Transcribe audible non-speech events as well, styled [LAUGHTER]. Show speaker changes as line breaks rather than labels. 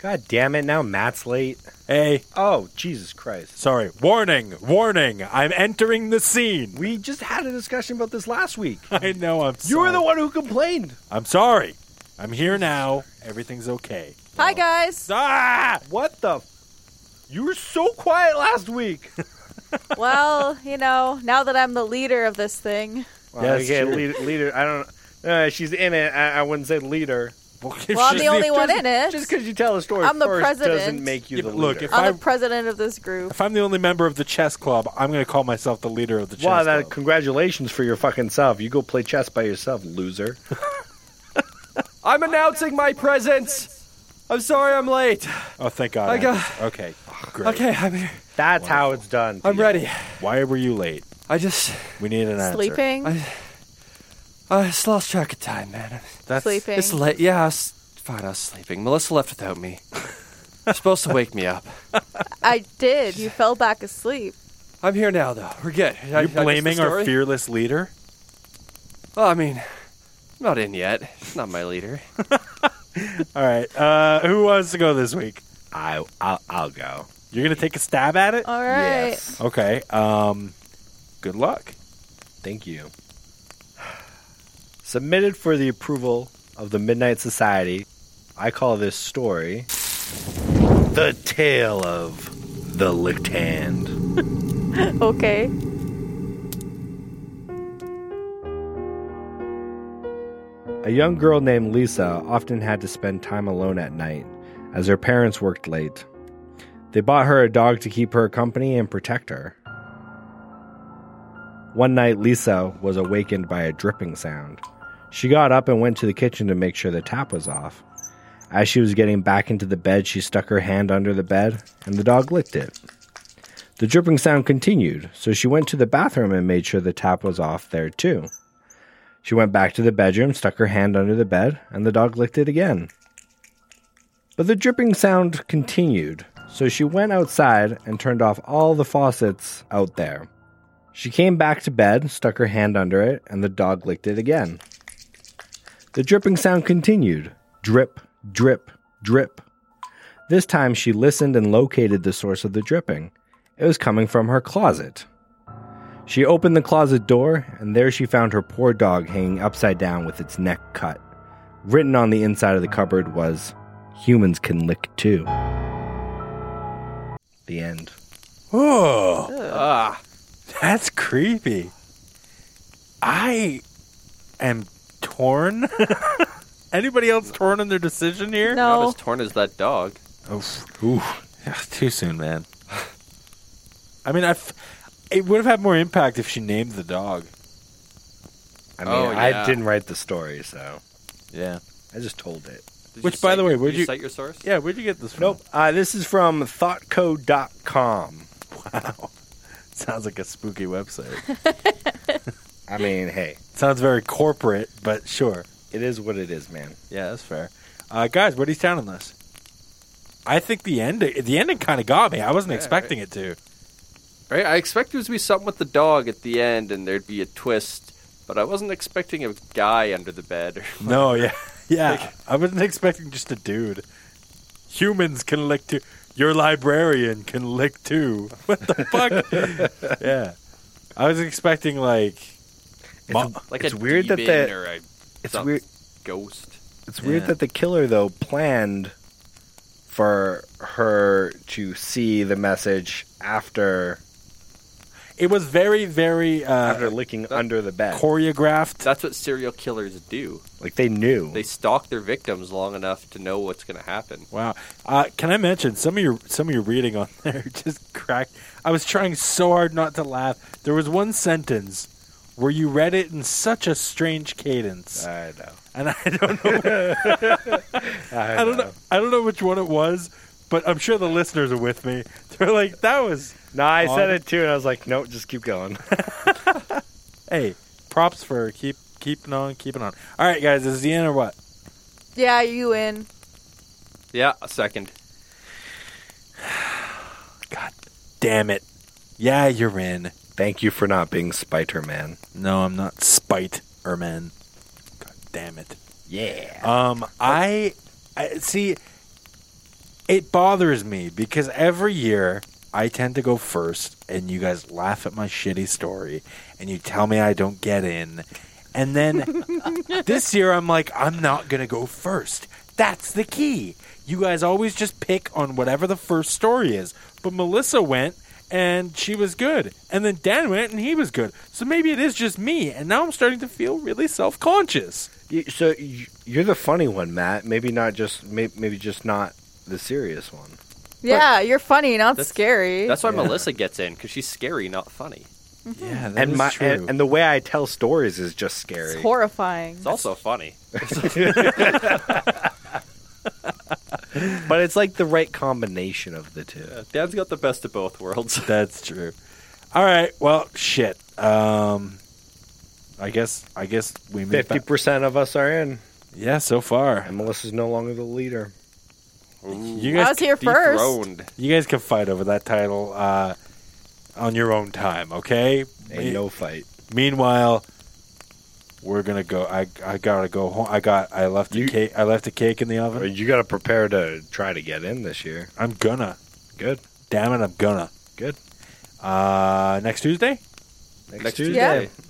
God damn it! Now Matt's late.
Hey,
Oh Jesus Christ!
sorry. Warning, warning. I'm entering the scene. [LAUGHS]
We just had a discussion about this last week.
I know I'm
You were
sorry.
the one who complained.
I'm sorry. I'm here now. Everything's okay.
Hi,
[LAUGHS]
guys.
Ah!
What the? F- you were so quiet last [LAUGHS] week.
well, you know, now that I'm the leader of this thing,
Wow,
Yes,
okay,
sure.
leader, leader. I don't. Uh, she's in it. I, I wouldn't say leader.
well, I'm the only one in it.
Just because you tell a story
I'm the
first doesn't
president.
make you
Yeah,
the
but look,
leader.
if I-
I'm the president of this group.
If I'm the only member of the chess club, I'm going to call myself the leader of the chess
wow, that,
club.
congratulations for your fucking self. You go play chess by yourself, [LAUGHS] loser.
I'm announcing my presence. I'm sorry I'm late.
Oh, thank God.
I
Andrew.
got-
Okay, great.
Okay, I'm here.
That's how it's done.
I'm
Pete.
ready.
Why were you late?
I just
We need an answer.
Sleeping.
I I just lost track of time, man.
That's
Sleeping.
It's late. Yeah, I was, fine. I was sleeping. Melissa left without me. You're supposed to wake me up.
I did. You fell back asleep.
I'm here now, though. We're good. I- I
You're
missed the
blaming our
story?
fearless leader.
Well, I mean, I'm not in yet. It's not my leader.
All right. Uh, who wants to go this week?
I, I'll, I'll go.
You're going to take a stab at it.
All right.
Yes.
Okay. Um, good luck.
Thank you. Submitted for the approval of the Midnight Society, I call this story The Tale of the Licked Hand.
Okay.
A young girl named Lisa often had to spend time alone at night as her parents worked late. They bought her a dog to keep her company and protect her. One night, Lisa was awakened by a dripping sound. She got up and went to the kitchen to make sure the tap was off. As she was getting back into the bed, she stuck her hand under the bed, and the dog licked it. The dripping sound continued, so she went to the bathroom and made sure the tap was off there too. She went back to the bedroom, stuck her hand under the bed, and the dog licked it again. But the dripping sound continued, so she went outside and turned off all the faucets out there. She came back to bed, stuck her hand under it, and the dog licked it again. The dripping sound continued drip, drip, drip. This time she listened and located the source of the dripping. It was coming from her closet. She opened the closet door, and there she found her poor dog hanging upside down with its neck cut. Written on the inside of the cupboard was, Humans can lick too. The end.
Oh,
Ah,
that's creepy. I am torn. [LAUGHS] Anybody else torn in their decision here?
not
No.
as torn as that dog.
Oof. Oof. Yeah, too soon, man. I mean, I. F- it would have had more impact if she named the dog.
I mean,
mean, Oh,
I
I yeah.
didn't
didn't
write the story, so
Yeah.
I just told it.
Did
Which,
you
by
cite-
the way, where'd
did
you-
you cite your source?
Yeah. Where'd you get this from?
Nope. Uh, this is from thoughtco.com.
[LAUGHS] Wow. Sounds like a spooky website. [LAUGHS]
I mean, hey,
Sounds very corporate, but sure.
it is what it is, man.
Yeah, that's fair. Uh, guys, what are you sounding this? I think the ending the ending kind of got me. I wasn't
Yeah,
expecting it to.
Right? I expected it to be something with the dog at the end and there'd be a twist, but I wasn't expecting a guy under the bed.
No, yeah, [LAUGHS] yeah. I wasn't expecting just a dude. Humans can lick too. Your librarian can lick too. [LAUGHS] What the fuck? [LAUGHS] yeah, I was expecting like. Mo-
[LAUGHS] Like
It's
a
weird that
demon
that-
or a
It's
some
weird.
ghost.
It's weird
Yeah.
that the killer though planned for her to see the message after
it was very, very [LAUGHS]
after
uh,
licking under the bed.
choreographed.
That's what serial killers do.
Like they knew.
They stalk their victims long enough to know what's going to happen.
Wow. Uh, can I mention some of your some of your reading on [LAUGHS] there just cracked? I was trying so hard not to laugh. There was one sentence where you read it in such a strange cadence,
I know.
and I don't know.
I,
I don't know. I don't know which one it was, but I'm sure the listeners are with me. [LAUGHS] They're like, "That was
No, I said
On-
it too, and I was like, no, just keep going. [LAUGHS]
hey." Props for keep keeping on, keeping on. All right, guys, is the end or what?
Yeah, you in.
Yeah, a second.
God damn it! Yeah, you're in.
Thank you for not being Spider Man.
No, I'm not spite, Erman. God damn it.
Yeah.
Um, I, I see. it bothers me because every year I tend to go first, and you guys laugh at my shitty story, and you tell me I don't get in, and then this year I'm like, I'm not gonna go first. That's the key. You guys always just pick on whatever the first story is. But Melissa went and she was good, and then Dan went and he was good. So maybe it is just me, and now I'm starting to feel really self conscious.
You, so you- you're the funny one, Matt. Maybe not just maybe, maybe just not the serious one.
Yeah, you're funny, not
That's-
scary.
That's why
Yeah.
Melissa gets in because she's scary, not funny.
Yeah, that's
and my and, and the way I tell stories is just scary.
it's horrifying.
It's also
[LAUGHS]
funny. [LAUGHS]
but it's like the right combination of the two.
Dan's got the best of both worlds.
That's true. All right. Well, shit. Um, I guess. I guess we meet.
Fifty
back-
percent of us are in,
Yeah. So far,
and Melissa's no longer the leader.
you
I
guys.
was here first.
[LAUGHS] Dethroned.
You guys can fight over that title uh, on your own time. Okay. Me-
Ain't no fight.
Meanwhile, we're gonna go. I I gotta go home. I got. I left a
You-
cake. I left a cake in the oven.
You got to prepare to try to get in this year.
I'm gonna.
Good,
Damn it! I'm gonna.
good.
Uh, next Tuesday.
Next,
Next
Tuesday.
Yeah.